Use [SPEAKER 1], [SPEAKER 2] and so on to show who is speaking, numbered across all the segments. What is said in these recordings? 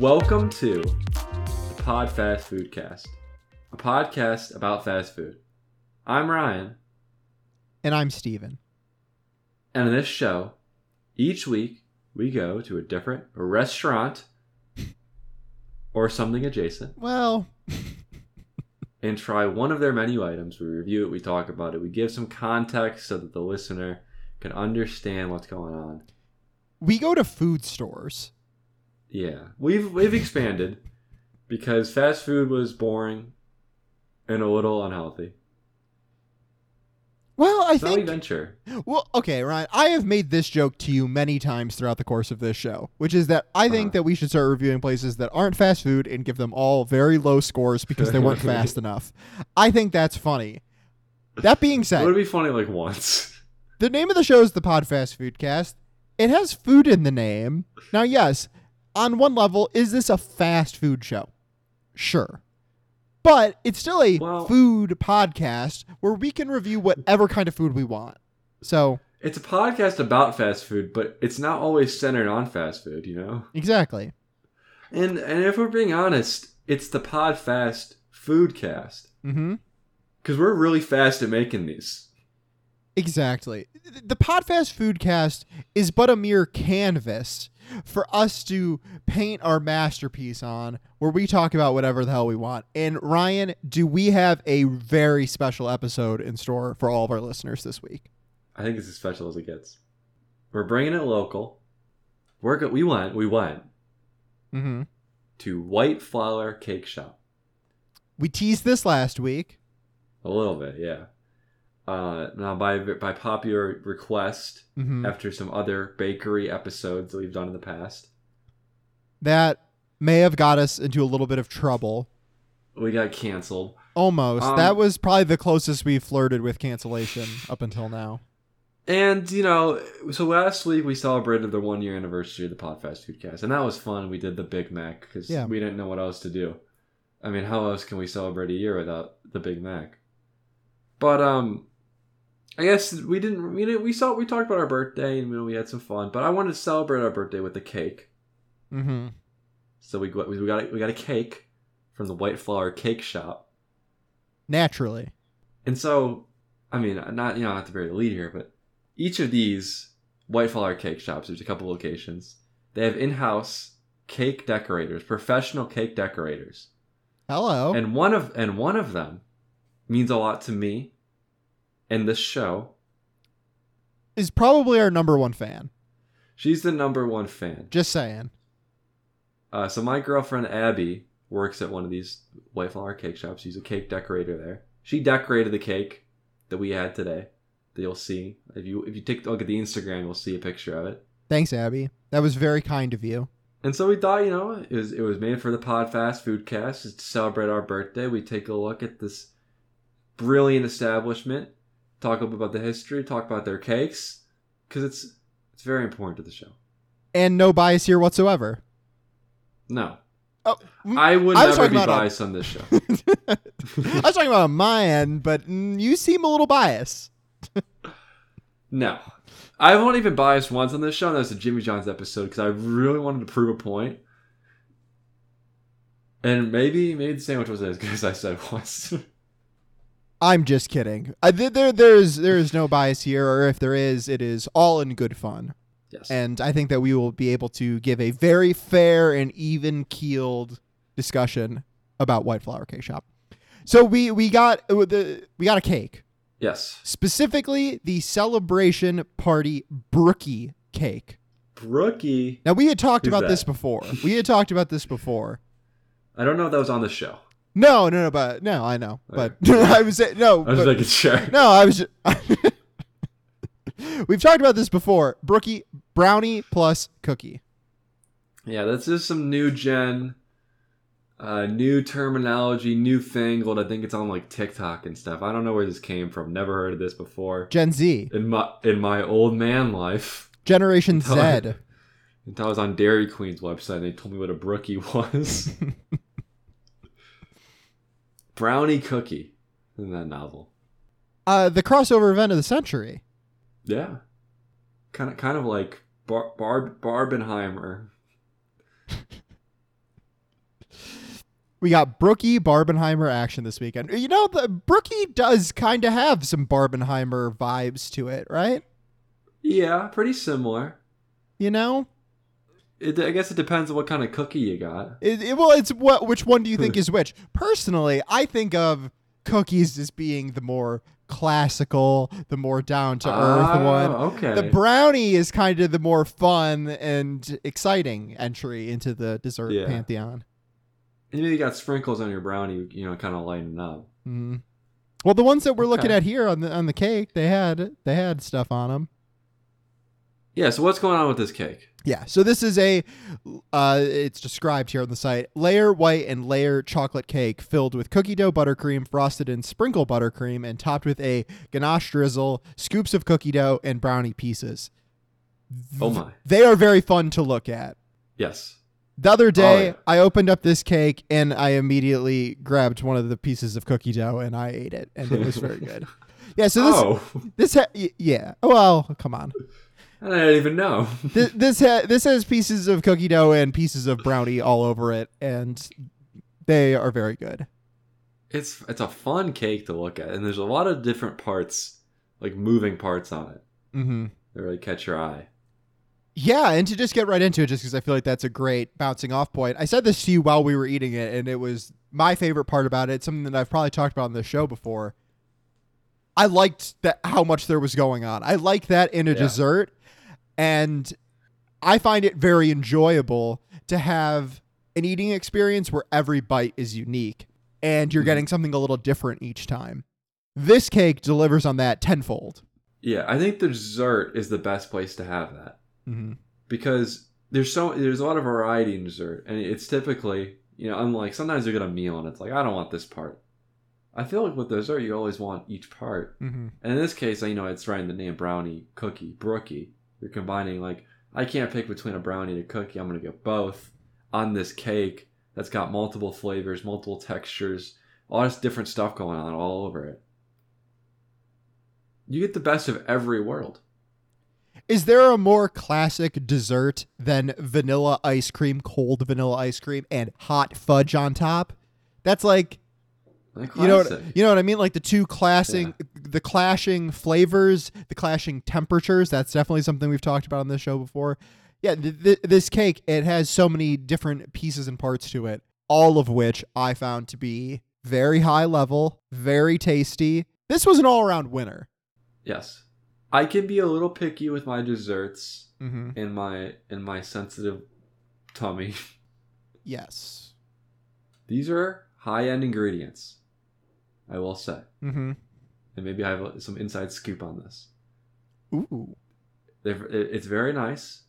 [SPEAKER 1] Welcome to the Pod Fast Food Cast, a podcast about fast food. I'm Ryan,
[SPEAKER 2] And I'm Steven.
[SPEAKER 1] and in this show, each week we go to a different restaurant or something adjacent
[SPEAKER 2] Well,
[SPEAKER 1] and try one of their menu items. We review it, we talk about it, we give some context so that the listener can understand what's going on.
[SPEAKER 2] we go to food stores.
[SPEAKER 1] Yeah, we've we've expanded because fast food was boring and a little unhealthy.
[SPEAKER 2] Well, I
[SPEAKER 1] So we
[SPEAKER 2] think.
[SPEAKER 1] venture.
[SPEAKER 2] Well, okay, Ryan, I have made this joke to you many times throughout the course of this show, which is that I think
[SPEAKER 1] Uh-huh.
[SPEAKER 2] that we should start reviewing places that aren't fast food and give them all very low scores because they weren't fast enough. I think that's funny. That being
[SPEAKER 1] It would
[SPEAKER 2] said,
[SPEAKER 1] be funny like once.
[SPEAKER 2] the name of the show is the Pod Fast Food Cast. It has food in the name. Now, yes, on one level, is this a fast food show? Sure. But it's still a
[SPEAKER 1] Well-
[SPEAKER 2] food podcast where we can review whatever kind of food we want. So,
[SPEAKER 1] It's a podcast about fast food, but it's not always centered on fast food, you know?
[SPEAKER 2] exactly.
[SPEAKER 1] And and if we're being honest, it's the pod fast food cast.
[SPEAKER 2] Mm-hmm.
[SPEAKER 1] Because we're really fast at making these.
[SPEAKER 2] Exactly. The Podfast Foodcast is but a mere canvas for us to paint our masterpiece on, where we talk about whatever the hell we want. And Ryan, do we have a very special episode in store for all of our listeners this week?
[SPEAKER 1] I think it's as special as it gets. We're bringing it local. We're go- we went we went
[SPEAKER 2] Mm-hmm.
[SPEAKER 1] to White Flower Cake Shop.
[SPEAKER 2] We teased this last week.
[SPEAKER 1] A little bit, yeah. Uh, now by by popular request,
[SPEAKER 2] Mm-hmm.
[SPEAKER 1] after some other bakery episodes that we've done in the past,
[SPEAKER 2] That may have got us into a little bit of trouble.
[SPEAKER 1] we got canceled.
[SPEAKER 2] Almost.
[SPEAKER 1] Um,
[SPEAKER 2] that was probably the closest we flirted with cancellation up until now.
[SPEAKER 1] And you know, so last week we celebrated the one year anniversary of the Podfast Foodcast, and that was fun. We did the Big Mac because
[SPEAKER 2] Yeah.
[SPEAKER 1] we didn't know what else to do. I mean, how else can we celebrate a year without the Big Mac? But um, I guess we didn't. We didn't, we saw we talked about our birthday and you know, we had some fun. But I wanted to celebrate our birthday with a cake,
[SPEAKER 2] Mm-hmm.
[SPEAKER 1] so we got, we got a, we got a cake from the White Flower Cake Shop.
[SPEAKER 2] Naturally.
[SPEAKER 1] And so, I mean, not you know, not to bury the lead here, but each of these White Flower cake shops, there's a couple locations. They have in-house cake decorators, professional cake decorators,
[SPEAKER 2] Hello.
[SPEAKER 1] and one of and one of them means a lot to me and this show.
[SPEAKER 2] is probably our number one fan.
[SPEAKER 1] She's the number one fan.
[SPEAKER 2] Just saying.
[SPEAKER 1] Uh, so my girlfriend Abby works at one of these White Flower cake shops. She's a cake decorator there. She decorated the cake that we had today. That you'll see if you if you take a look at the Instagram, you'll see a picture of it.
[SPEAKER 2] Thanks, Abby. That was very kind of you.
[SPEAKER 1] And so we thought, you know, it was it was made for the Podfast Foodcast just to celebrate our birthday. We take a look at this brilliant establishment, talk a little bit about the history, talk about their cakes, because it's it's very important to the show.
[SPEAKER 2] And no bias here whatsoever.
[SPEAKER 1] No,
[SPEAKER 2] Oh, mm,
[SPEAKER 1] I would
[SPEAKER 2] I was
[SPEAKER 1] never be
[SPEAKER 2] talking about a-
[SPEAKER 1] biased on this show.
[SPEAKER 2] I was talking about on my end, but mm, you seem a little biased.
[SPEAKER 1] No, I've only been biased once on this show, and that was the Jimmy John's episode because I really wanted to prove a point. And maybe maybe the sandwich wasn't as good as I said it was.
[SPEAKER 2] I'm just kidding. I, th- there, there is, there is no bias here, or if there is, it is all in good fun.
[SPEAKER 1] yes.
[SPEAKER 2] And I think that we will be able to give a very fair and even keeled discussion about White Flower Cake Shop. So we we got uh, the we got a cake.
[SPEAKER 1] yes.
[SPEAKER 2] specifically the celebration party brookie cake.
[SPEAKER 1] Brookie.
[SPEAKER 2] Now we had talked
[SPEAKER 1] Who's
[SPEAKER 2] about
[SPEAKER 1] that?
[SPEAKER 2] this before. We had talked about this before.
[SPEAKER 1] I don't know if that was on the show.
[SPEAKER 2] No, no, no, but no, I know,
[SPEAKER 1] Okay.
[SPEAKER 2] but I was saying no,
[SPEAKER 1] I was
[SPEAKER 2] but-
[SPEAKER 1] making sure.
[SPEAKER 2] no, I was. We've talked about this before. Brookie brownie plus cookie.
[SPEAKER 1] Yeah, that's just some new gen, uh, new terminology, newfangled. I think it's on like TikTok and stuff. I don't know where this came from. Never heard of this before
[SPEAKER 2] Gen Z,
[SPEAKER 1] in my in my old man life.
[SPEAKER 2] Generation Z.
[SPEAKER 1] Until- Until I was on Dairy Queen's website, and they told me what a brookie was. Brownie cookie, isn't that novel?
[SPEAKER 2] Uh, the crossover event of the century.
[SPEAKER 1] Yeah, kind of kind of like Bar- Barb Barbenheimer.
[SPEAKER 2] We got Brookie Barbenheimer action this weekend. You know, the Brookie does kind of have some Barbenheimer vibes to it, right?
[SPEAKER 1] Yeah, pretty similar.
[SPEAKER 2] You know,
[SPEAKER 1] It, I guess it depends on what kind of cookie you got.
[SPEAKER 2] it, it- well, it's what. Which one do you think is which? Personally, I think of cookies as being the more classical, the more down to earth
[SPEAKER 1] Ah,
[SPEAKER 2] one.
[SPEAKER 1] Okay.
[SPEAKER 2] The brownie is kind of the more fun and exciting entry into the dessert
[SPEAKER 1] Yeah.
[SPEAKER 2] pantheon.
[SPEAKER 1] you know, you got sprinkles on your brownie, you know, kind of lighten it up.
[SPEAKER 2] Mhm. Well, the ones that we're looking
[SPEAKER 1] Okay.
[SPEAKER 2] at here on the on the cake, they had they had stuff on them.
[SPEAKER 1] Yeah, so what's going on with this cake?
[SPEAKER 2] Yeah. So this is a uh, it's described here on the site layer white and layer chocolate cake filled with cookie dough buttercream, frosted in sprinkle buttercream, and topped with a ganache drizzle, scoops of cookie dough, and brownie pieces.
[SPEAKER 1] Oh my.
[SPEAKER 2] They are very fun to look at.
[SPEAKER 1] Yes.
[SPEAKER 2] The other day,
[SPEAKER 1] Oh, yeah.
[SPEAKER 2] I opened up this cake and I immediately grabbed one of the pieces of cookie dough and I ate it, and it was very good. Yeah, so this
[SPEAKER 1] oh,
[SPEAKER 2] this ha- y- yeah. Well, come on.
[SPEAKER 1] I didn't even know.
[SPEAKER 2] This this, ha- this has pieces of cookie dough and pieces of brownie all over it, and they are very good.
[SPEAKER 1] It's it's a fun cake to look at, and there's a lot of different parts, like moving parts on it,
[SPEAKER 2] Mm-hmm.
[SPEAKER 1] that really catch your eye.
[SPEAKER 2] Yeah, and to just get right into it, just because I feel like that's a great bouncing off point. I said this to you while we were eating it, and it was my favorite part about it. Something that I've probably talked about on the show before. I liked that how much there was going on. I like that in a
[SPEAKER 1] Yeah.
[SPEAKER 2] dessert, and I find it very enjoyable to have an eating experience where every bite is unique and you're
[SPEAKER 1] Mhm.
[SPEAKER 2] getting something a little different each time. This cake delivers on that tenfold.
[SPEAKER 1] Yeah, I think the dessert is the best place to have that
[SPEAKER 2] Mm-hmm.
[SPEAKER 1] because there's so there's a lot of variety in dessert, and it's typically you know unlike sometimes you get a meal and it's like I don't want this part. I feel like with dessert you always want each part,
[SPEAKER 2] Mm-hmm.
[SPEAKER 1] and in this case, you know it's right in the name brownie, cookie, brookie. You're combining like I can't pick between a brownie and a cookie. I'm gonna get both on this cake that's got multiple flavors, multiple textures, all this different stuff going on all over it. You get the best of every world.
[SPEAKER 2] Is there a more classic dessert than vanilla ice cream, cold vanilla ice cream, and hot fudge on top? That's like
[SPEAKER 1] Like
[SPEAKER 2] you know what,
[SPEAKER 1] classic.
[SPEAKER 2] you know what I mean. Like the two clashing, the clashing flavors, the clashing temperatures. That's definitely something we've talked about on this show before. Yeah, th- th- this cake it has so many different pieces and parts to it, all of which I found to be very high level, very tasty. This was an all around winner.
[SPEAKER 1] Yes. I can be a little picky with my desserts
[SPEAKER 2] Mm-hmm.
[SPEAKER 1] in my in my sensitive tummy.
[SPEAKER 2] Yes.
[SPEAKER 1] These are high-end ingredients. I will say.
[SPEAKER 2] Mm-hmm.
[SPEAKER 1] And maybe I have some inside scoop on this.
[SPEAKER 2] Ooh.
[SPEAKER 1] They're- it- It's very nice.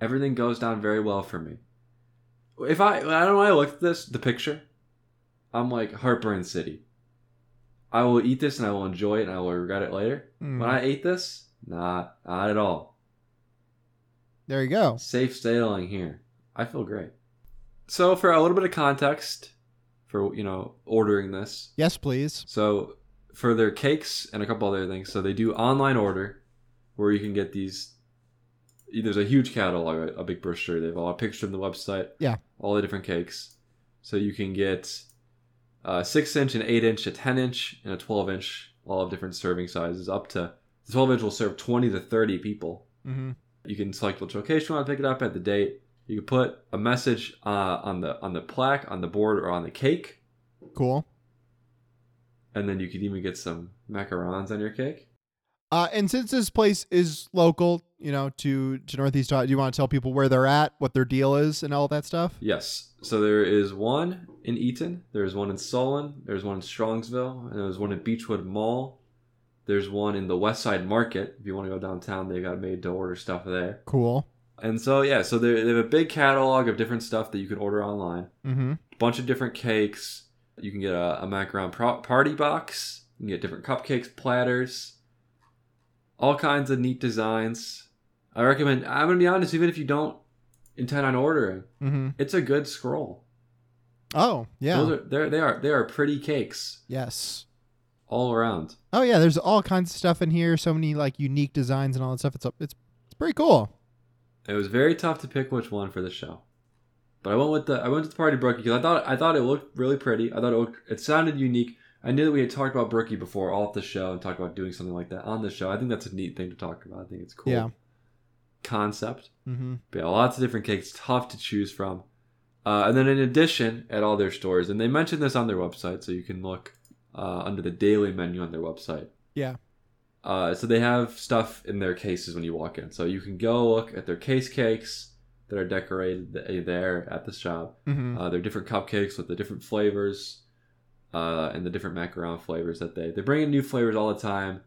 [SPEAKER 1] Everything goes down very well for me. If I, I don't know, when I looked at this, the picture, I'm like Heartburn City. I will eat this and I will enjoy it and I will regret it later. When I ate this, not not at all.
[SPEAKER 2] There you go.
[SPEAKER 1] Safe sailing here. I feel great. So for a little bit of context, for you know ordering this,
[SPEAKER 2] Yes, please.
[SPEAKER 1] So for their cakes and a couple other things, so they do online order, where you can get these. There's a huge catalog, a- a big brochure. They have all a picture on the website.
[SPEAKER 2] Yeah.
[SPEAKER 1] All the different cakes, so you can get a six inch, an eight inch, a ten inch, and a twelve inch, all of different serving sizes. Up to the twelve inch will serve twenty to thirty people.
[SPEAKER 2] Mm-hmm.
[SPEAKER 1] You can select which location you want to pick it up at the date. You can put a message uh, on the on the plaque, on the board, or on the cake.
[SPEAKER 2] Cool.
[SPEAKER 1] and then you could even get some macarons on your cake.
[SPEAKER 2] Uh, and since this place is local, you know, to to Northeast, Ohio, do you want to tell people where they're at, what their deal is, and all that stuff?
[SPEAKER 1] Yes. So there is one in Eaton, there's one in Solon, there's one in Strongsville, and there's one in Beechwood Mall. There's one in the West Side Market. If you want to go downtown, they got made to order stuff there.
[SPEAKER 2] Cool.
[SPEAKER 1] And so yeah, so they they have a big catalog of different stuff that you can order online.
[SPEAKER 2] Mm-hmm.
[SPEAKER 1] bunch of different cakes. You can get a, a macaron pro- party box. You can get different cupcakes, platters, all kinds of neat designs. I recommend. I'm gonna be honest. Even if you don't intend on ordering,
[SPEAKER 2] Mm-hmm.
[SPEAKER 1] it's a good scroll.
[SPEAKER 2] Oh yeah.
[SPEAKER 1] Those are they're, they are they are pretty cakes
[SPEAKER 2] yes.
[SPEAKER 1] all around.
[SPEAKER 2] Oh yeah. There's all kinds of stuff in here. So many like unique designs and all that stuff. It's it's it's pretty cool.
[SPEAKER 1] It was very tough to pick which one for the show. But I went with the I went to the party brookie because I thought I thought it looked really pretty. I thought it looked, it sounded unique. I knew that we had talked about brookie before off the show and talked about doing something like that on the show. I think that's a neat thing to talk about. I think it's cool
[SPEAKER 2] Yeah.
[SPEAKER 1] concept.
[SPEAKER 2] Mm-hmm.
[SPEAKER 1] But yeah, lots of different cakes, tough to choose from. Uh, and then in addition, at all their stores, and they mention this on their website, so you can look uh, under the daily menu on their website.
[SPEAKER 2] Yeah.
[SPEAKER 1] Uh, so they have stuff in their cases when you walk in, so you can go look at their case cakes that are decorated th- there at the shop.
[SPEAKER 2] Mm-hmm.
[SPEAKER 1] Uh, there are different cupcakes with the different flavors, uh, and the different macaron flavors that they they bring in new flavors all the time.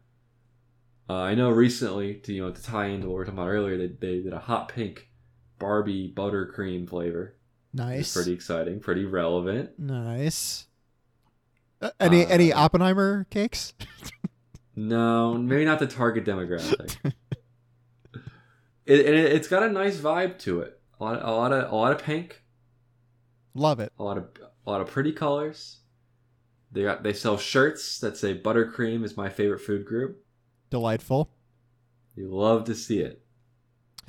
[SPEAKER 1] Uh, I know recently, to you know, to tie into what we were talking about earlier, they, they did a hot pink Barbie buttercream flavor. It's
[SPEAKER 2] nice.
[SPEAKER 1] Pretty exciting, pretty relevant.
[SPEAKER 2] Nice. Uh, any any
[SPEAKER 1] Uh,
[SPEAKER 2] Oppenheimer cakes?
[SPEAKER 1] No, maybe not the target demographic. it, and it, it's got a nice vibe to it. A lot, a lot of, a lot of pink,
[SPEAKER 2] Love it.
[SPEAKER 1] a lot of, a lot of pretty colors. They got, they sell shirts that say "Buttercream is my favorite food group."
[SPEAKER 2] Delightful.
[SPEAKER 1] You love to see it.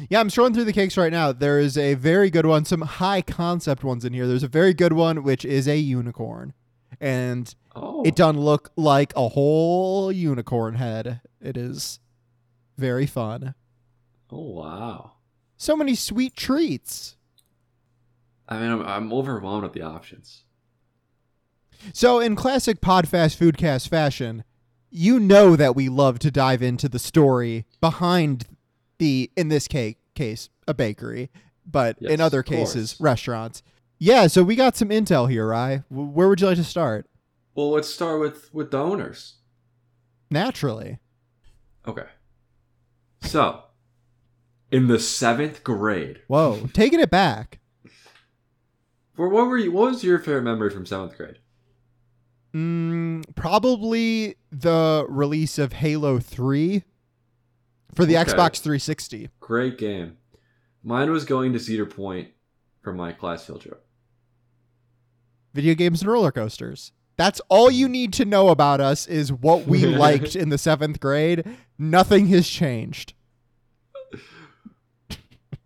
[SPEAKER 2] Yeah, I'm scrolling through the cakes right now. There is a very good one, some high concept ones in here. There's a very good one which is a unicorn. And
[SPEAKER 1] Oh,
[SPEAKER 2] it doesn't look like a whole unicorn head. It is very fun.
[SPEAKER 1] oh wow.
[SPEAKER 2] So many sweet treats.
[SPEAKER 1] I mean, I'm, I'm overwhelmed with the options.
[SPEAKER 2] So, in classic Podfast Foodcast fashion, you know that we love to dive into the story behind the, in this cake case, a bakery, but
[SPEAKER 1] Yes,
[SPEAKER 2] in other
[SPEAKER 1] of course.
[SPEAKER 2] cases, restaurants. Yeah, so we got some intel here, Rye. W- Where would you like to start?
[SPEAKER 1] Well, let's start with with the owners.
[SPEAKER 2] Naturally.
[SPEAKER 1] Okay. So, in the seventh grade,
[SPEAKER 2] Whoa, taking it back.
[SPEAKER 1] wh- what were you? What was your favorite memory from seventh grade?
[SPEAKER 2] Mm, probably the release of Halo 3 for the
[SPEAKER 1] Okay.
[SPEAKER 2] Xbox 360.
[SPEAKER 1] Great game. Mine was going to Cedar Point for my class field trip.
[SPEAKER 2] video games and roller coasters. That's all you need to know about us is what we liked in the seventh grade. Nothing has changed.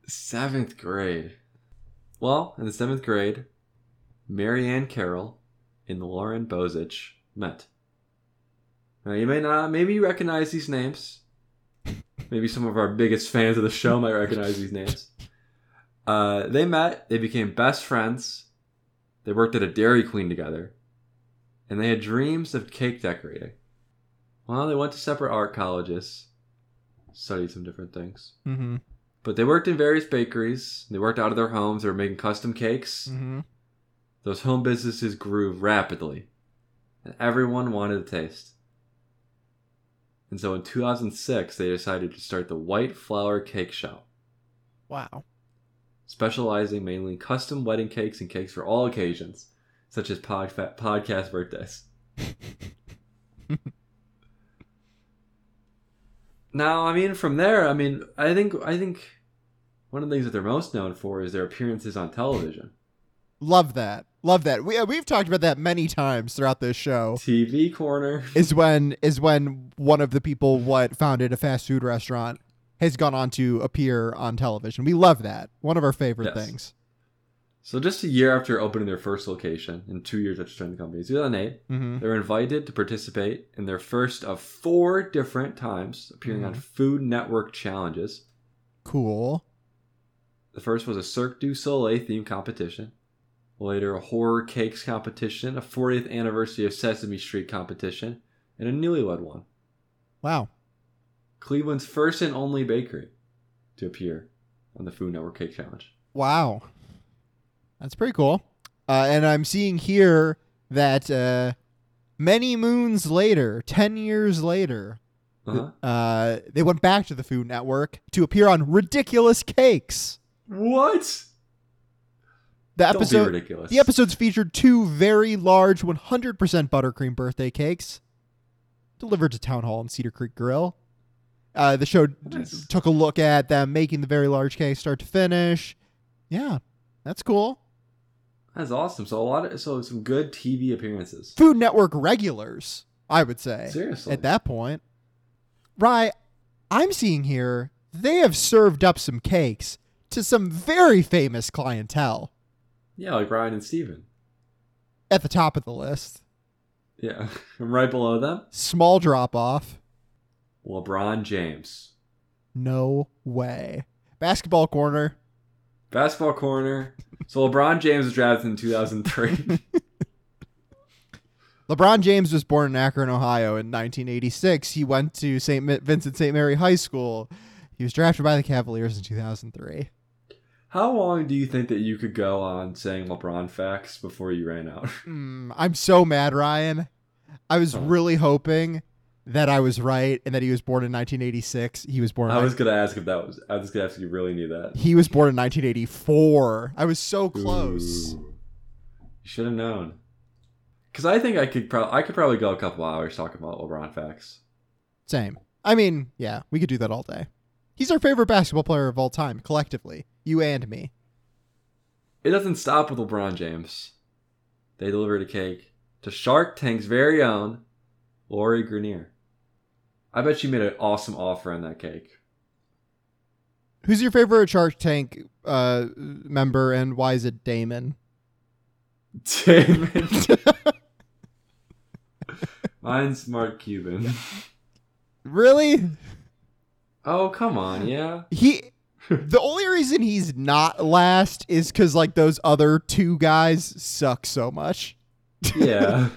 [SPEAKER 1] Seventh grade. Well, in the seventh grade, Mary Ann Carroll and Lauren Bozich met. Now you may not, maybe you recognize these names. Maybe some of our biggest fans of the show might recognize these names. Uh, they met. They became best friends. They worked at a Dairy Queen together, and they had dreams of cake decorating. Well, they went to separate art colleges, studied some different things.
[SPEAKER 2] Mm-hmm.
[SPEAKER 1] But they worked in various bakeries. They worked out of their homes. They were making custom cakes.
[SPEAKER 2] Mm-hmm.
[SPEAKER 1] Those home businesses grew rapidly, and everyone wanted a taste. And so in 2006, they decided to start the White Flower Cake Shop,
[SPEAKER 2] Wow.
[SPEAKER 1] specializing mainly in custom wedding cakes and cakes for all occasions, such as pod- podcast birthdays. Now, I mean, from there, I mean, I think, I think, one of the things that they're most known for is their appearances on television.
[SPEAKER 2] Love that. Love that. We, uh, we've talked about that many times throughout this show.
[SPEAKER 1] TV corner.
[SPEAKER 2] Is when is when one of the people what founded a fast food restaurant has gone on to appear on television. We love that. One of our favorite
[SPEAKER 1] Yes.
[SPEAKER 2] things.
[SPEAKER 1] So just a year after opening their first location, and two years after starting the company, 2008,
[SPEAKER 2] Mm-hmm.
[SPEAKER 1] they were invited to participate in their first of four different times appearing on Food Network challenges.
[SPEAKER 2] Cool.
[SPEAKER 1] The first was a Cirque du Soleil themed competition. Later, a horror cakes competition, a 40th anniversary of Sesame Street competition, and a newlywed one.
[SPEAKER 2] Wow.
[SPEAKER 1] Cleveland's first and only bakery to appear on the Food Network Cake Challenge.
[SPEAKER 2] Wow. That's pretty cool. Uh, and I'm seeing here that uh, many moons later, 10 years later,
[SPEAKER 1] Uh-huh.
[SPEAKER 2] uh, they went back to the Food Network to appear on Ridiculous Cakes.
[SPEAKER 1] What?
[SPEAKER 2] The
[SPEAKER 1] Don't be
[SPEAKER 2] episode.
[SPEAKER 1] ridiculous.
[SPEAKER 2] The episodes featured two very large 100% buttercream birthday cakes delivered to Town Hall and Cedar Creek Grill. Uh, the show d-
[SPEAKER 1] Nice.
[SPEAKER 2] took a look at them making the very large cake start to finish. Yeah, that's cool.
[SPEAKER 1] That's awesome. So a lot of so some good TV appearances.
[SPEAKER 2] Food Network regulars, I would say.
[SPEAKER 1] Seriously.
[SPEAKER 2] At that point, Rye, I'm seeing here they have served up some cakes to some very famous clientele.
[SPEAKER 1] Yeah, like Ryan and Steven.
[SPEAKER 2] At the top of the list.
[SPEAKER 1] Yeah. And right below them,
[SPEAKER 2] Small drop off.
[SPEAKER 1] LeBron James.
[SPEAKER 2] No way. Basketball corner.
[SPEAKER 1] Basketball corner. So LeBron James was drafted in 2003.
[SPEAKER 2] LeBron James was born in Akron, Ohio in 1986. He went to St. Mi- Vincent St. Mary High School. He was drafted by the Cavaliers in 2003.
[SPEAKER 1] How long do you think that you could go on saying LeBron facts before you ran out?
[SPEAKER 2] Mm, I'm so mad, Ryan. I was
[SPEAKER 1] Oh.
[SPEAKER 2] really hoping that I was right and that he was born in 1986. He was born. In
[SPEAKER 1] I was gonna ask if that was. I was gonna ask if you really knew that.
[SPEAKER 2] He was born in 1984. I was so close.
[SPEAKER 1] Ooh. You should have known. Because I think I could probably I could probably go a couple hours talking about LeBron facts.
[SPEAKER 2] Same. I mean, yeah, we could do that all day. He's our favorite basketball player of all time, collectively. You and me.
[SPEAKER 1] It doesn't stop with LeBron James. They delivered a cake to Shark Tank's very own Lori Grenier. I bet she made an awesome offer on that cake.
[SPEAKER 2] Who's your favorite Shark Tank uh, member, and why is it Damon?
[SPEAKER 1] Damon. Mine's Mark Cuban.
[SPEAKER 2] Really?
[SPEAKER 1] Oh come on, yeah.
[SPEAKER 2] He. the only reason he's not last is because like those other two guys suck so much.
[SPEAKER 1] Yeah.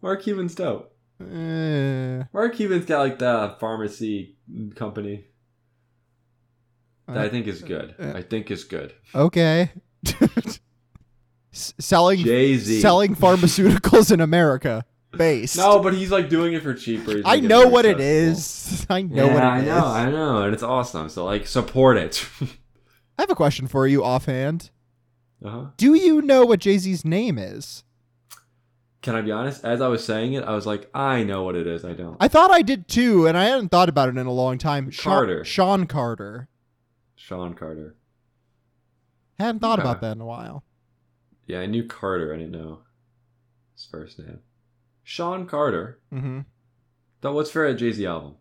[SPEAKER 1] Mark Cuban's dope.
[SPEAKER 2] Eh,
[SPEAKER 1] Mark Cuban's got like the pharmacy company that I think is good.
[SPEAKER 2] uh,
[SPEAKER 1] I think is good.
[SPEAKER 2] okay. S- selling
[SPEAKER 1] Jay Z.
[SPEAKER 2] selling pharmaceuticals in America. Base.
[SPEAKER 1] No, but he's like doing it for cheaper. He's
[SPEAKER 2] I
[SPEAKER 1] making
[SPEAKER 2] know
[SPEAKER 1] more
[SPEAKER 2] what it
[SPEAKER 1] accessible.
[SPEAKER 2] is. I
[SPEAKER 1] Yeah,
[SPEAKER 2] know what
[SPEAKER 1] I
[SPEAKER 2] it is.
[SPEAKER 1] know, I know, and it's awesome. So like, support it.
[SPEAKER 2] I have a question for you offhand.
[SPEAKER 1] uh-huh.
[SPEAKER 2] Do you know what Jay Z's name is?
[SPEAKER 1] Can I be honest? As I was saying it, I was like, I know what it is. I don't.
[SPEAKER 2] I thought I did too, and I hadn't thought about it in a long time. Sha-
[SPEAKER 1] Carter.
[SPEAKER 2] Sean Carter.
[SPEAKER 1] Sean Carter.
[SPEAKER 2] Hadn't thought
[SPEAKER 1] Yeah.
[SPEAKER 2] about that in a while.
[SPEAKER 1] Yeah, I knew Carter. I didn't know his first name. Sean Carter.
[SPEAKER 2] Mm-hmm.
[SPEAKER 1] That what's fair at Jay Z album?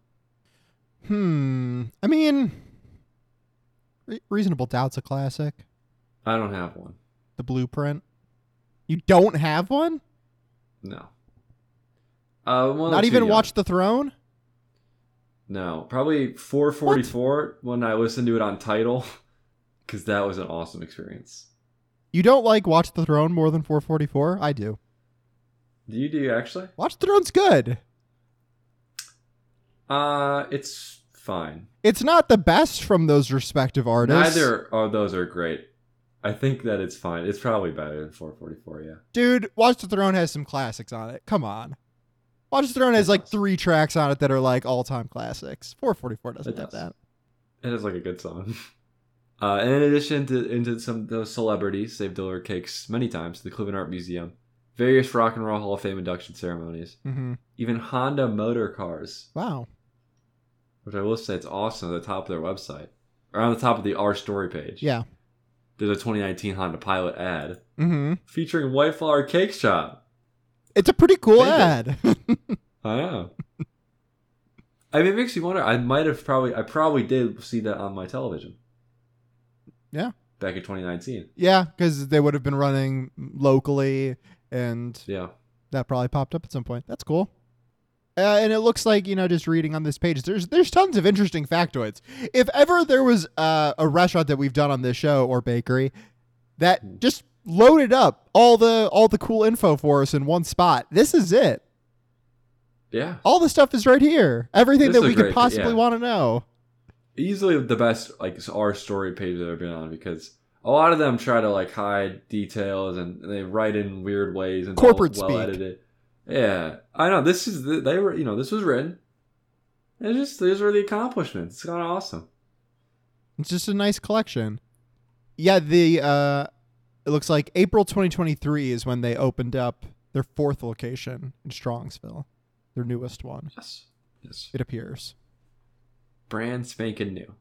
[SPEAKER 2] Hmm. I mean, Re- Reasonable Doubt's a classic.
[SPEAKER 1] I don't have one.
[SPEAKER 2] The Blueprint. You don't have one?
[SPEAKER 1] No. Uh, one of
[SPEAKER 2] Not
[SPEAKER 1] the two
[SPEAKER 2] even
[SPEAKER 1] young.
[SPEAKER 2] Watch the Throne?
[SPEAKER 1] No, probably 444 when I listened to it on title because that was an awesome experience.
[SPEAKER 2] You don't like Watch the Throne more than 444? I do.
[SPEAKER 1] Do you do you actually?
[SPEAKER 2] Watch the Throne's good.
[SPEAKER 1] Uh, it's fine.
[SPEAKER 2] It's not the best from those respective artists.
[SPEAKER 1] Neither of those are great. I think that it's fine. It's probably better than 444, yeah.
[SPEAKER 2] Dude, Watch the Throne has some classics on it. Come on. Watch the Throne has like three tracks on it that are like all time classics. 444 doesn't
[SPEAKER 1] It
[SPEAKER 2] have
[SPEAKER 1] does.
[SPEAKER 2] that.
[SPEAKER 1] It is like a good song. Uh, and in addition to into some of those celebrities, they've delivered cakes many times to the Cleveland Art Museum, various Rock and Roll Hall of Fame induction ceremonies,
[SPEAKER 2] Mm-hmm.
[SPEAKER 1] even Honda motor cars
[SPEAKER 2] Wow.
[SPEAKER 1] which I will say it's awesome at the top of their website or on the top of the Our Story page.
[SPEAKER 2] Yeah.
[SPEAKER 1] There's a 2019 Honda Pilot ad
[SPEAKER 2] Mm-hmm.
[SPEAKER 1] featuring White Flower Cake Shop.
[SPEAKER 2] It's a pretty cool
[SPEAKER 1] Thank
[SPEAKER 2] ad.
[SPEAKER 1] I know. I mean, it makes you wonder. I might have probably, I probably did see that on my television.
[SPEAKER 2] Yeah.
[SPEAKER 1] Back in 2019.
[SPEAKER 2] yeah, because they would have been running locally and
[SPEAKER 1] Yeah.
[SPEAKER 2] that probably popped up at some point. That's cool. Uh, and it looks like you know, just reading on this page, there's there's tons of interesting factoids. If ever there was uh, a restaurant that we've done on this show or bakery that just loaded up all the all the cool info for us in one spot, this is it.
[SPEAKER 1] Yeah.
[SPEAKER 2] All the stuff is right here. Everything
[SPEAKER 1] This
[SPEAKER 2] that
[SPEAKER 1] is
[SPEAKER 2] we could
[SPEAKER 1] great,
[SPEAKER 2] possibly
[SPEAKER 1] yeah.
[SPEAKER 2] want to know.
[SPEAKER 1] Easily the best, like, Our Story page that I've been on because a lot of them try to, like, hide details and they write in weird ways and
[SPEAKER 2] Corporate
[SPEAKER 1] well,
[SPEAKER 2] speak.
[SPEAKER 1] edited. Yeah. I know. This is, the, they were, you know, this was written. It's just, these were the accomplishments. It's kind of awesome.
[SPEAKER 2] It's just a nice collection. Yeah, the uh, it looks like April 2023 is when they opened up their fourth location in Strongsville, their newest one.
[SPEAKER 1] Yes. Yes.
[SPEAKER 2] It appears.
[SPEAKER 1] Brand spanking new.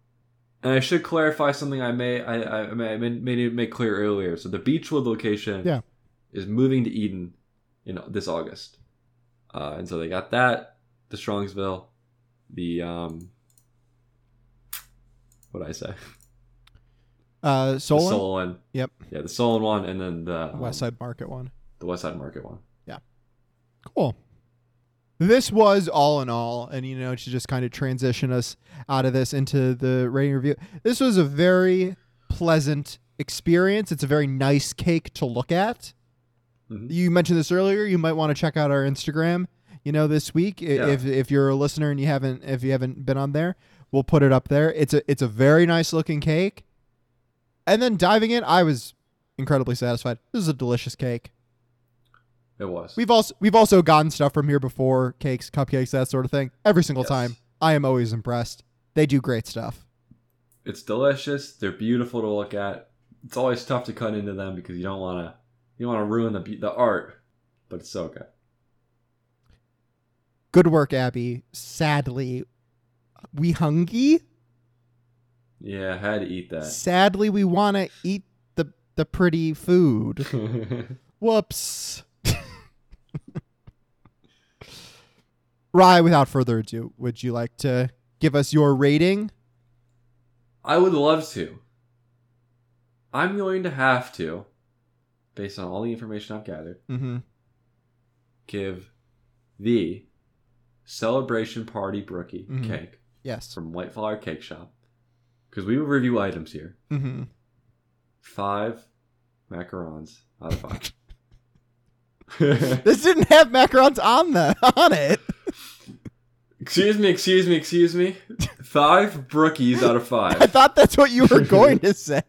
[SPEAKER 1] And I should clarify something I may, I, I, I may, I may- made it make clear earlier. So the Beechwood location
[SPEAKER 2] Yeah.
[SPEAKER 1] is moving to Eden in this August. Uh, and so they got that, the Strongsville, the, um, what I say?
[SPEAKER 2] Uh,
[SPEAKER 1] The
[SPEAKER 2] Solon,
[SPEAKER 1] Solon.
[SPEAKER 2] Yep.
[SPEAKER 1] Yeah, the Solon one, and then the um,
[SPEAKER 2] West Side Market one.
[SPEAKER 1] the West Side Market one.
[SPEAKER 2] Cool. This was all in all, and you know, to just kind of transition us out of this into the rating review. This was a very pleasant experience. It's a very nice cake to look at.
[SPEAKER 1] Mhm.
[SPEAKER 2] You mentioned this earlier. You might want to check out our Instagram. You know, this week, i-
[SPEAKER 1] Yeah.
[SPEAKER 2] if if you're a listener and you haven't if you haven't been on there, we'll put it up there. It's a it's a very nice looking cake. And then diving in, I was incredibly satisfied. This is a delicious cake.
[SPEAKER 1] It was.
[SPEAKER 2] We've also we've also gotten stuff from here before, cakes, cupcakes, that sort of thing. Every single
[SPEAKER 1] Yes.
[SPEAKER 2] time, I am always impressed. They do great stuff.
[SPEAKER 1] it's delicious. They're beautiful to look at. It's always tough to cut into them because you don't want to you don't want to ruin the be- the art, but it's so good.
[SPEAKER 2] Good work, Abby. Sadly, we hungry.
[SPEAKER 1] Yeah, I had to eat that.
[SPEAKER 2] Sadly, we want to eat the the pretty food. Whoops. Rye, without further ado, would you like to give us your rating?
[SPEAKER 1] I would love to. I'm going to have to, based on all the information I've gathered,
[SPEAKER 2] Mm-hmm.
[SPEAKER 1] give the celebration party brookie
[SPEAKER 2] Mhm.
[SPEAKER 1] cake
[SPEAKER 2] Yes.
[SPEAKER 1] from White Flower Cake Shop because we will review items here.
[SPEAKER 2] Mm-hmm.
[SPEAKER 1] Five macarons out of five.
[SPEAKER 2] This didn't have macarons on the on it.
[SPEAKER 1] excuse me, excuse me, excuse me. Five brookies out of
[SPEAKER 2] I
[SPEAKER 1] five.
[SPEAKER 2] thought that's what you were going to say.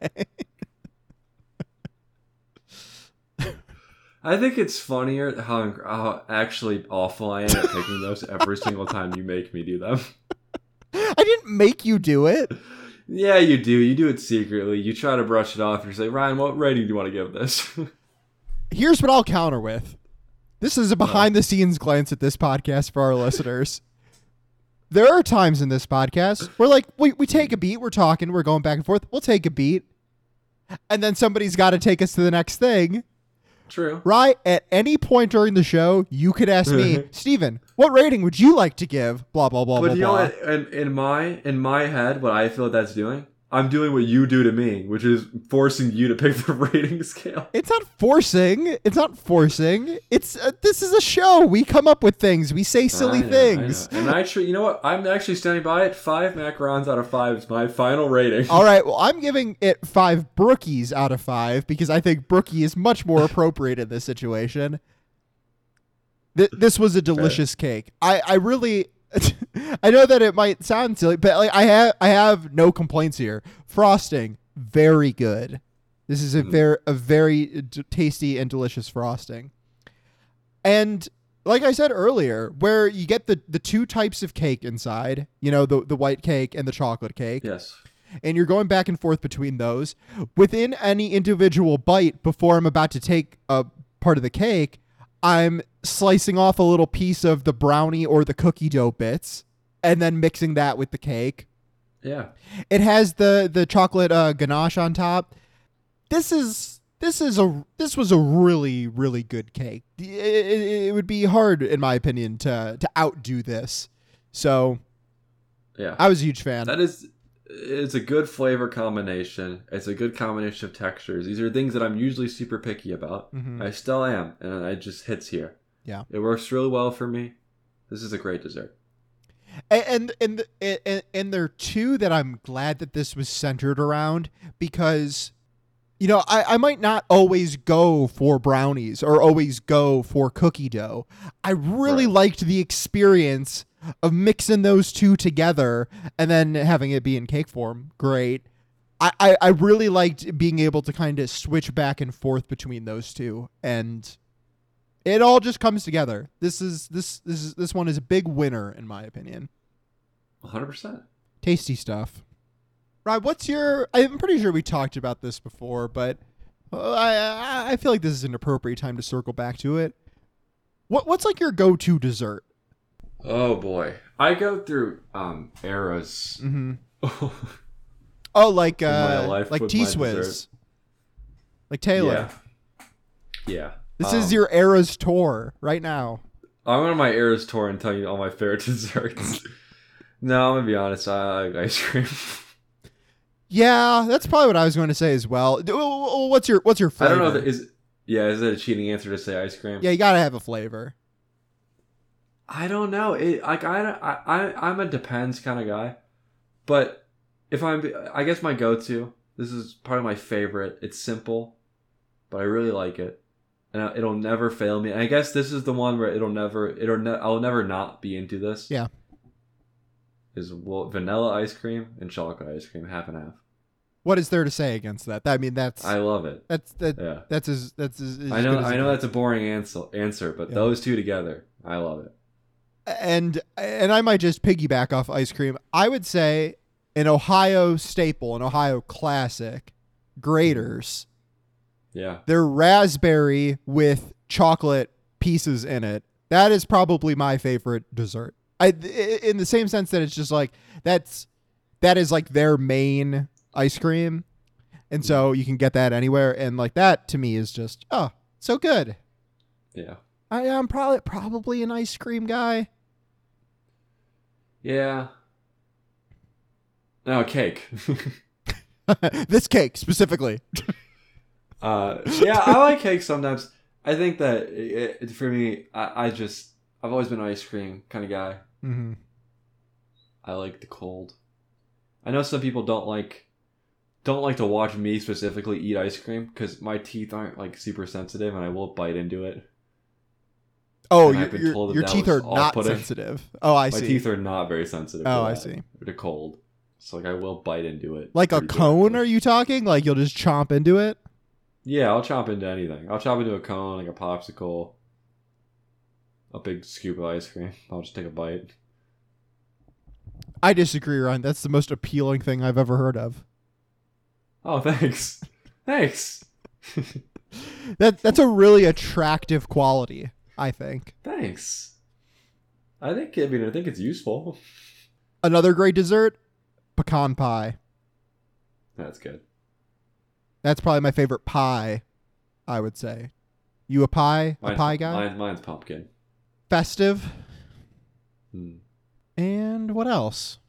[SPEAKER 1] I think it's funnier how, inc- how actually awful I am at picking those every single time you make me do them.
[SPEAKER 2] I didn't make you do it.
[SPEAKER 1] Yeah, you do. You do it secretly. You try to brush it off. You say, Ryan, what rating do you want to give this?
[SPEAKER 2] Here's what I'll counter with. This is a behind the scenes glance at this podcast for our listeners. There are times in this podcast where like we, we take a beat, we're talking, we're going back and forth, we'll take a beat, and then somebody's gotta take us to the next thing.
[SPEAKER 1] True.
[SPEAKER 2] Right at any point during the show, you could ask me, Steven, what rating would you like to give? Blah blah blah
[SPEAKER 1] But
[SPEAKER 2] blah
[SPEAKER 1] you know
[SPEAKER 2] blah.
[SPEAKER 1] what? In, in my in my head, what I feel that's doing, I'm doing what you do to me, which is forcing you to pick the rating scale.
[SPEAKER 2] It's not forcing. It's not forcing. It's uh, this is a show. We come up with things. We say silly
[SPEAKER 1] I know, I
[SPEAKER 2] things.
[SPEAKER 1] know. And I actually, you know what? I'm actually standing by it. Five macarons out of five is my final rating.
[SPEAKER 2] All right. Well, I'm giving it five brookies out of five because I think brookie is much more appropriate in this situation. Th- this was a delicious cake. I, I really, I know that it might sound silly, but like I have I have no complaints here. Frosting, very good. This is a
[SPEAKER 1] Mhm.
[SPEAKER 2] very a very d- tasty and delicious frosting. And like I said earlier, where you get the the two types of cake inside, you know, the the white cake and the chocolate cake
[SPEAKER 1] Yes.
[SPEAKER 2] and you're going back and forth between those. Within any individual bite, before I'm about to take a part of the cake, I'm slicing off a little piece of the brownie or the cookie dough bits, and then mixing that with the cake.
[SPEAKER 1] Yeah.
[SPEAKER 2] It has the the chocolate uh, ganache on top. This is this is a this was a really really good cake. It, it, it would be hard, in my opinion, to to outdo this. So
[SPEAKER 1] Yeah.
[SPEAKER 2] I was a huge fan.
[SPEAKER 1] That is it's a good flavor combination. It's a good combination of textures. These are things that I'm usually super picky about.
[SPEAKER 2] Mhm.
[SPEAKER 1] I still am, and it just hits here.
[SPEAKER 2] Yeah.
[SPEAKER 1] It works really well for me. This is a great dessert.
[SPEAKER 2] and and and, and, and there are two that I'm glad that this was centered around because you know I, I might not always go for brownies or always go for cookie dough. I really
[SPEAKER 1] Right.
[SPEAKER 2] liked the experience of mixing those two together and then having it be in cake form. Great. I, I, I really liked being able to kind of switch back and forth between those two and it all just comes together. This is this this is, this one is a big winner in my opinion.
[SPEAKER 1] 100%.
[SPEAKER 2] Tasty stuff. Right, what's your? I'm pretty sure we talked about this before, but uh, I- I I feel like this is an appropriate time to circle back to it. What what's like your go-to dessert?
[SPEAKER 1] Oh boy. I go through um eras.
[SPEAKER 2] Mm-hmm. Oh, like
[SPEAKER 1] my
[SPEAKER 2] uh,
[SPEAKER 1] life
[SPEAKER 2] like
[SPEAKER 1] with my
[SPEAKER 2] T Swizz,
[SPEAKER 1] dessert.
[SPEAKER 2] like Taylor.
[SPEAKER 1] Yeah. Yeah.
[SPEAKER 2] This
[SPEAKER 1] Um,
[SPEAKER 2] is your era's tour right now.
[SPEAKER 1] I'm on my eras tour and tell you all my favorite desserts. no, I'm gonna be honest. I like ice cream.
[SPEAKER 2] Yeah, that's probably what I was going to say as well. D- w- w- What's your what's your
[SPEAKER 1] I
[SPEAKER 2] flavor?
[SPEAKER 1] don't know if it is. Yeah, is that a cheating answer to say ice cream?
[SPEAKER 2] yeah, you gotta have a flavor.
[SPEAKER 1] I don't know. It like I I I I'm a depends kind of guy, but if I'm I guess my go-to. This is probably my favorite. It's simple, but I really like it, and I, it'll never fail me. And I guess this is the one where it'll never it'll ne- I'll never not be into this.
[SPEAKER 2] Yeah.
[SPEAKER 1] Is well, vanilla ice cream and chocolate ice cream half and half.
[SPEAKER 2] What is there to say against that? I mean, that's
[SPEAKER 1] I love it.
[SPEAKER 2] that's that
[SPEAKER 1] Yeah.
[SPEAKER 2] that's as that's as, as
[SPEAKER 1] I know
[SPEAKER 2] good as it
[SPEAKER 1] I know
[SPEAKER 2] gets.
[SPEAKER 1] that's a boring answer answer, but
[SPEAKER 2] Yeah.
[SPEAKER 1] those two together, I love it.
[SPEAKER 2] and and I might just piggyback off ice cream. I would say an Ohio staple, an Ohio classic, graters.
[SPEAKER 1] Yeah.
[SPEAKER 2] They're raspberry with chocolate pieces in it. That is probably my favorite dessert. I th- in the same sense that it's just like that's that is like their main ice cream. And so you can get that anywhere and like that to me is just oh, so good.
[SPEAKER 1] Yeah.
[SPEAKER 2] I am probably probably an ice cream guy.
[SPEAKER 1] Yeah. No, cake.
[SPEAKER 2] this cake specifically.
[SPEAKER 1] uh, yeah, I like cake sometimes. I think that it, it- for me, I, I just, I've always been an ice cream kind of guy.
[SPEAKER 2] Mm-hmm.
[SPEAKER 1] I like the cold. I know some people don't like, don't like to watch me specifically eat ice cream because my teeth aren't like super sensitive and I will bite into it.
[SPEAKER 2] Oh,
[SPEAKER 1] And
[SPEAKER 2] your,
[SPEAKER 1] I've been
[SPEAKER 2] your-
[SPEAKER 1] told that
[SPEAKER 2] your
[SPEAKER 1] that
[SPEAKER 2] teeth are
[SPEAKER 1] was
[SPEAKER 2] not
[SPEAKER 1] off-putting.
[SPEAKER 2] sensitive. Oh, I
[SPEAKER 1] my
[SPEAKER 2] see.
[SPEAKER 1] teeth are not very sensitive.
[SPEAKER 2] oh,
[SPEAKER 1] to
[SPEAKER 2] I
[SPEAKER 1] that,
[SPEAKER 2] see.
[SPEAKER 1] or To cold. So like I will bite into it.
[SPEAKER 2] Like a
[SPEAKER 1] pretty good.
[SPEAKER 2] cone, are you talking? Like you'll just chomp into it?
[SPEAKER 1] Yeah, I'll chop into anything. I'll chop into a cone, like a popsicle, a big scoop of ice cream. I'll just take a bite.
[SPEAKER 2] I disagree, Ryan. That's the most appealing thing I've ever heard of.
[SPEAKER 1] Oh, thanks. thanks.
[SPEAKER 2] That that's a really attractive quality, I think.
[SPEAKER 1] Thanks. I think, I mean, I think it's useful.
[SPEAKER 2] Another great dessert, pecan pie.
[SPEAKER 1] That's good.
[SPEAKER 2] That's probably my favorite pie, I would say. You a pie? A
[SPEAKER 1] Mine's-
[SPEAKER 2] pie guy?
[SPEAKER 1] Mine, mine's pumpkin.
[SPEAKER 2] Festive?
[SPEAKER 1] Hmm.
[SPEAKER 2] And what else?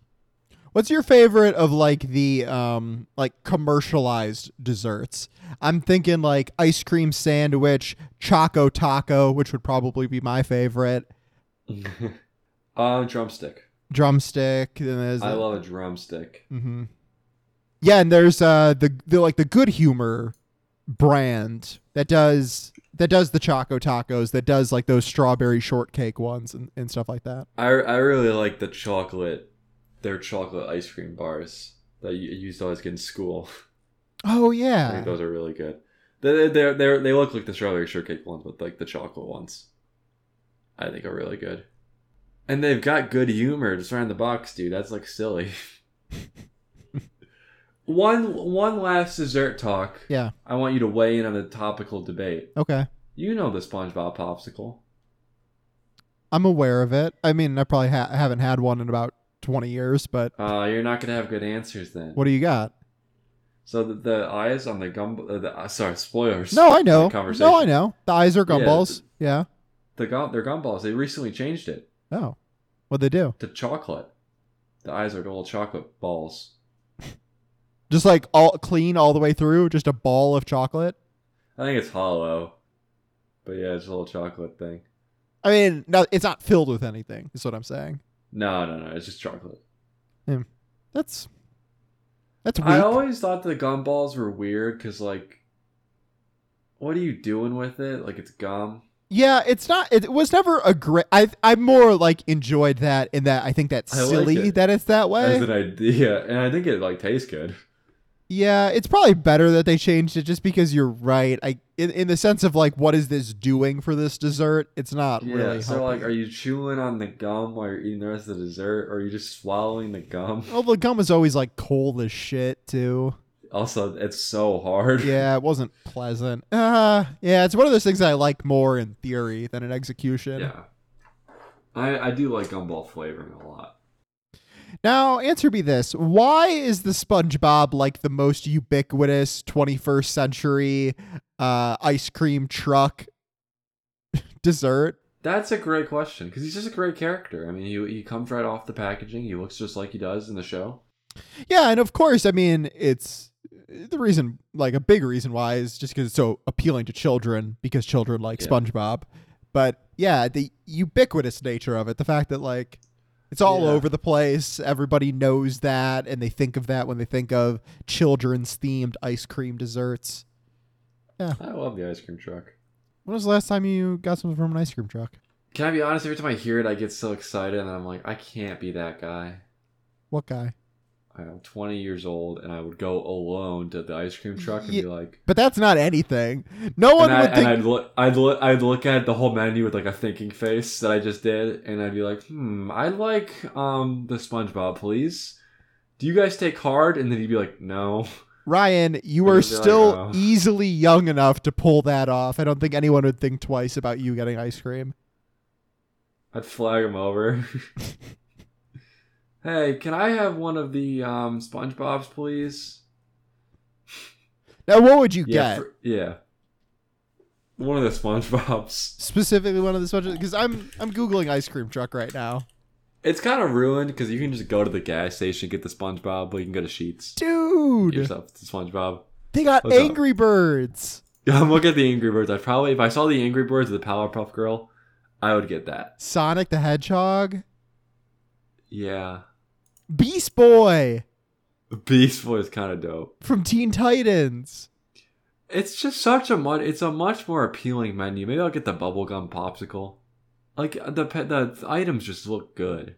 [SPEAKER 2] What's your favorite of like the um like commercialized desserts? I'm thinking like ice cream sandwich, choco taco, which would probably be my favorite.
[SPEAKER 1] uh, drumstick.
[SPEAKER 2] Drumstick. And there's
[SPEAKER 1] I love a drumstick.
[SPEAKER 2] hmm Yeah, and there's uh the, the like the Good Humor brand that does that does the choco tacos, that does like those strawberry shortcake ones and, and stuff like that.
[SPEAKER 1] I, I really like the chocolate, their chocolate ice cream bars that you you used to always get in school.
[SPEAKER 2] Oh
[SPEAKER 1] I think
[SPEAKER 2] yeah.
[SPEAKER 1] those are really good. They they they they look like the strawberry shortcake ones, but like the chocolate ones, I think are really good. And they've got good humor just around the box, dude. That's like silly. one one last dessert talk.
[SPEAKER 2] Yeah.
[SPEAKER 1] I want you to weigh in on the topical debate.
[SPEAKER 2] Okay.
[SPEAKER 1] You know the SpongeBob popsicle.
[SPEAKER 2] I'm aware of it. I mean, I probably ha- haven't had one in about 20 years, but
[SPEAKER 1] Uh, you're not gonna have good answers then.
[SPEAKER 2] what do you got?
[SPEAKER 1] So the, the eyes on the gum. Uh, the, uh, sorry, spoilers.
[SPEAKER 2] No, I know.
[SPEAKER 1] Conversation.
[SPEAKER 2] No, I know. The eyes are
[SPEAKER 1] Yeah.
[SPEAKER 2] gumballs. Yeah.
[SPEAKER 1] The gum. They're gumballs. They recently changed it.
[SPEAKER 2] Oh. What'd they do?
[SPEAKER 1] to chocolate. The eyes are little chocolate balls.
[SPEAKER 2] Just like all clean all the way through, just a ball of chocolate.
[SPEAKER 1] I think it's hollow, but yeah, it's a little chocolate thing.
[SPEAKER 2] I mean, no, it's not filled with anything, is what I'm saying.
[SPEAKER 1] No, no, no, it's just chocolate.
[SPEAKER 2] That's that's weak.
[SPEAKER 1] I always thought the gum balls were weird because, like, what are you doing with it? Like, it's gum.
[SPEAKER 2] yeah, it's not it was never a great I I more like enjoyed that in that I think that's
[SPEAKER 1] I like
[SPEAKER 2] silly
[SPEAKER 1] it.
[SPEAKER 2] that it's that way.
[SPEAKER 1] As an idea, and I think it like tastes good.
[SPEAKER 2] Yeah, it's probably better that they changed it just because you're right. I in, in the sense of like what is this doing for this dessert? It's not
[SPEAKER 1] Yeah.
[SPEAKER 2] really
[SPEAKER 1] so,
[SPEAKER 2] helping.
[SPEAKER 1] like, are you chewing on the gum while you're eating the rest of the dessert, or are you just swallowing the gum?
[SPEAKER 2] well, the Oh, gum was always like cold as shit too.
[SPEAKER 1] Also, it's so hard.
[SPEAKER 2] Yeah, it wasn't pleasant. Uh, yeah, it's one of those things that I like more in theory than in execution.
[SPEAKER 1] Yeah. I I do like gumball flavoring a lot.
[SPEAKER 2] Now, answer me this: Why is the SpongeBob like the most ubiquitous 21st century uh, ice cream truck dessert?
[SPEAKER 1] That's a great question because he's just a great character. I mean, he, he comes right off the packaging. He looks just like he does in the show.
[SPEAKER 2] Yeah, and of course, I mean, it's the reason, like a big reason why, is just because it's so appealing to children because children like
[SPEAKER 1] Yeah.
[SPEAKER 2] SpongeBob. But yeah, the ubiquitous nature of it, the fact that like it's all
[SPEAKER 1] Yeah.
[SPEAKER 2] over the place, everybody knows that, and they think of that when they think of children's themed ice cream desserts.
[SPEAKER 1] I love the ice cream truck.
[SPEAKER 2] When was the last time you got something from an ice cream truck?
[SPEAKER 1] Can I be honest? Every time I hear it, I get so excited, and I'm like, I can't be that guy.
[SPEAKER 2] What guy?
[SPEAKER 1] I'm 20 years old, and I would go alone to the ice cream truck and
[SPEAKER 2] Ye-
[SPEAKER 1] be like,
[SPEAKER 2] But that's not anything. No one
[SPEAKER 1] and, I,
[SPEAKER 2] would think.
[SPEAKER 1] and I'd look, I'd look, I'd look at the whole menu with like a thinking face that I just did, and I'd be like, "Hmm, I like um the SpongeBob, please. Do you guys take hard?" And then he'd be like, "No."
[SPEAKER 2] Ryan, you
[SPEAKER 1] I
[SPEAKER 2] are
[SPEAKER 1] would be like,
[SPEAKER 2] still
[SPEAKER 1] "Oh."
[SPEAKER 2] easily young enough to pull that off. I don't think anyone would think twice about you getting ice cream.
[SPEAKER 1] I'd flag him over. hey, can I have one of the um SpongeBob's, please?
[SPEAKER 2] Now, what would you
[SPEAKER 1] Yeah,
[SPEAKER 2] get
[SPEAKER 1] fr- yeah. One of the SpongeBob's.
[SPEAKER 2] specifically? One of the special because I'm I'm googling ice cream truck right now,
[SPEAKER 1] It's kind of ruined because you can just go to the gas station get the SpongeBob, but you can go to Sheets.
[SPEAKER 2] dude.
[SPEAKER 1] Get yourself the SpongeBob.
[SPEAKER 2] They got
[SPEAKER 1] What's up?
[SPEAKER 2] Angry Birds,
[SPEAKER 1] I'm looking at the Angry Birds. I probably, if I saw the Angry Birds or the Powerpuff Girl, I would get that.
[SPEAKER 2] Sonic the Hedgehog,
[SPEAKER 1] Yeah,
[SPEAKER 2] Beast Boy
[SPEAKER 1] Beast Boy is kind of dope.
[SPEAKER 2] from Teen Titans.
[SPEAKER 1] It's just such a much. It's a much more appealing menu. Maybe I'll get the bubblegum popsicle. Like the pe- the items just look good.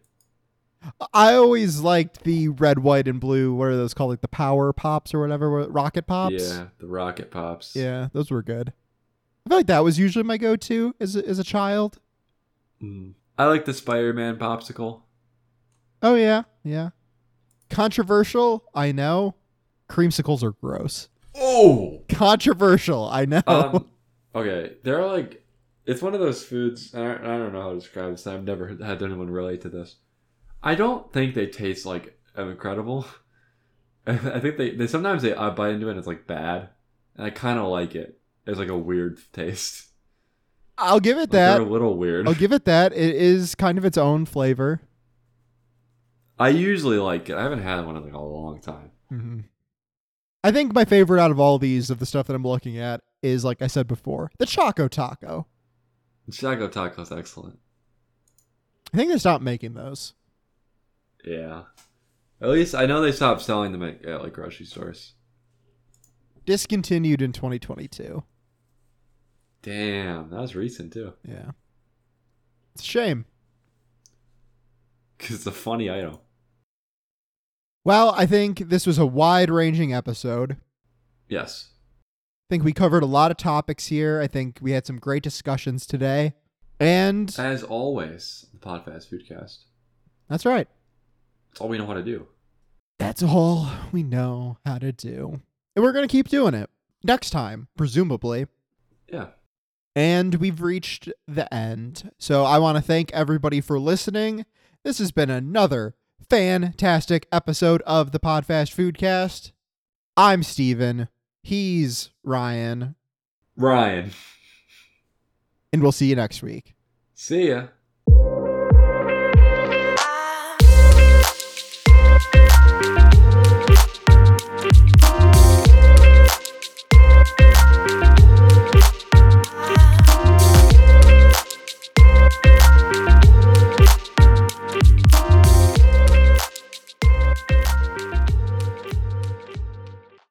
[SPEAKER 2] I always liked the red, white, and blue. What are those called? Like the Power Pops or whatever, what- Rocket Pops.
[SPEAKER 1] Yeah, the rocket pops.
[SPEAKER 2] Yeah, those were good. I feel like that was usually my go-to as a, as a child.
[SPEAKER 1] Mm. I like the Spider Man popsicle.
[SPEAKER 2] Oh yeah, yeah. Controversial, I know. Creamsicles are gross.
[SPEAKER 1] Oh.
[SPEAKER 2] Controversial, I know.
[SPEAKER 1] Um, okay, they're like, it's one of those foods. I don't, I don't know how to describe this. I've never had anyone relate to this. I don't think they taste like incredible. I think they, they sometimes they I bite into it and it's like bad, and I kind of like it. It's like a weird taste.
[SPEAKER 2] I'll give it
[SPEAKER 1] Like, they're
[SPEAKER 2] that.
[SPEAKER 1] a little weird.
[SPEAKER 2] I'll give it that. It is kind of its own flavor.
[SPEAKER 1] I usually like it. I haven't had one in like a long time.
[SPEAKER 2] hmm I think my favorite out of all these of the stuff that I'm looking at is, like I said before, the Choco Taco.
[SPEAKER 1] Chicago taco's excellent.
[SPEAKER 2] I think they stopped making those.
[SPEAKER 1] Yeah. At least I know they stopped selling them at, at like grocery stores.
[SPEAKER 2] Discontinued in 2022.
[SPEAKER 1] Damn, that was recent too.
[SPEAKER 2] Yeah, it's a shame.
[SPEAKER 1] Cause it's a funny item.
[SPEAKER 2] Well, I think this was a wide-ranging episode.
[SPEAKER 1] Yes.
[SPEAKER 2] think we covered a lot of topics here. I think we had some great discussions today. And
[SPEAKER 1] As always, the Podfast Foodcast.
[SPEAKER 2] that's right.
[SPEAKER 1] It's all we know how to do.
[SPEAKER 2] That's all we know how to do. And we're going to keep doing it next time, presumably.
[SPEAKER 1] Yeah.
[SPEAKER 2] And we've reached the end. So I want to thank everybody for listening. This has been another fantastic episode of the Podfast Foodcast. I'm Steven. He's Ryan.
[SPEAKER 1] Ryan.
[SPEAKER 2] And we'll see you next week.
[SPEAKER 1] See ya.